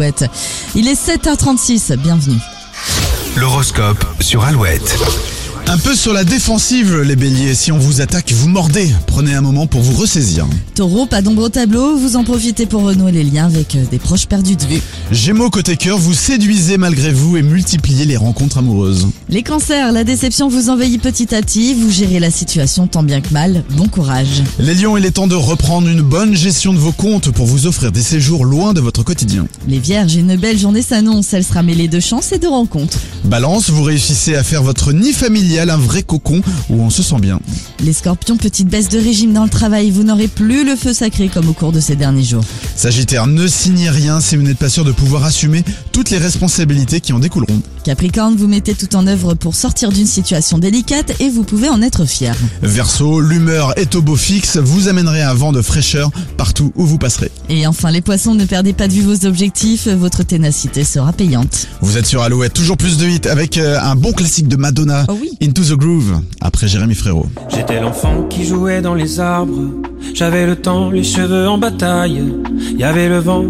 Alouette. Il est 7h36, bienvenue. L'horoscope sur Alouette. Un peu sur la défensive, les béliers. Si on vous attaque, vous mordez. Prenez un moment pour vous ressaisir. Taureau, pas d'ombre au tableau, vous en profitez pour renouer les liens avec euh, des proches perdus de vue. Gémeaux côté cœur, vous séduisez malgré vous et multipliez les rencontres amoureuses. Les cancers, la déception vous envahit petit à petit, vous gérez la situation tant bien que mal, bon courage. Les lions, il est temps de reprendre une bonne gestion de vos comptes pour vous offrir des séjours loin de votre quotidien. Les vierges, une belle journée s'annonce, elle sera mêlée de chance et de rencontres. Balance, vous réussissez à faire votre nid familial un vrai cocon où on se sent bien. Les scorpions, petite baisse de régime dans le travail, vous n'aurez plus le feu sacré comme au cours de ces derniers jours. Sagittaire, ne signez rien si vous n'êtes pas sûr de pouvoir assumer toutes les responsabilités qui en découleront. Capricorne, vous mettez tout en œuvre pour sortir d'une situation délicate et vous pouvez en être fier. Verseau, l'humeur est au beau fixe, vous amènerez un vent de fraîcheur partout où vous passerez. Et enfin les poissons, ne perdez pas de vue vos objectifs, votre ténacité sera payante. Vous êtes sur Alouette, toujours plus de hits avec euh, un bon classique de Madonna, Oh oui. Into the Groove, après Jérémy Frérot. J'étais l'enfant qui jouait dans les arbres. J'avais le temps, les cheveux en bataille. Y avait le vent,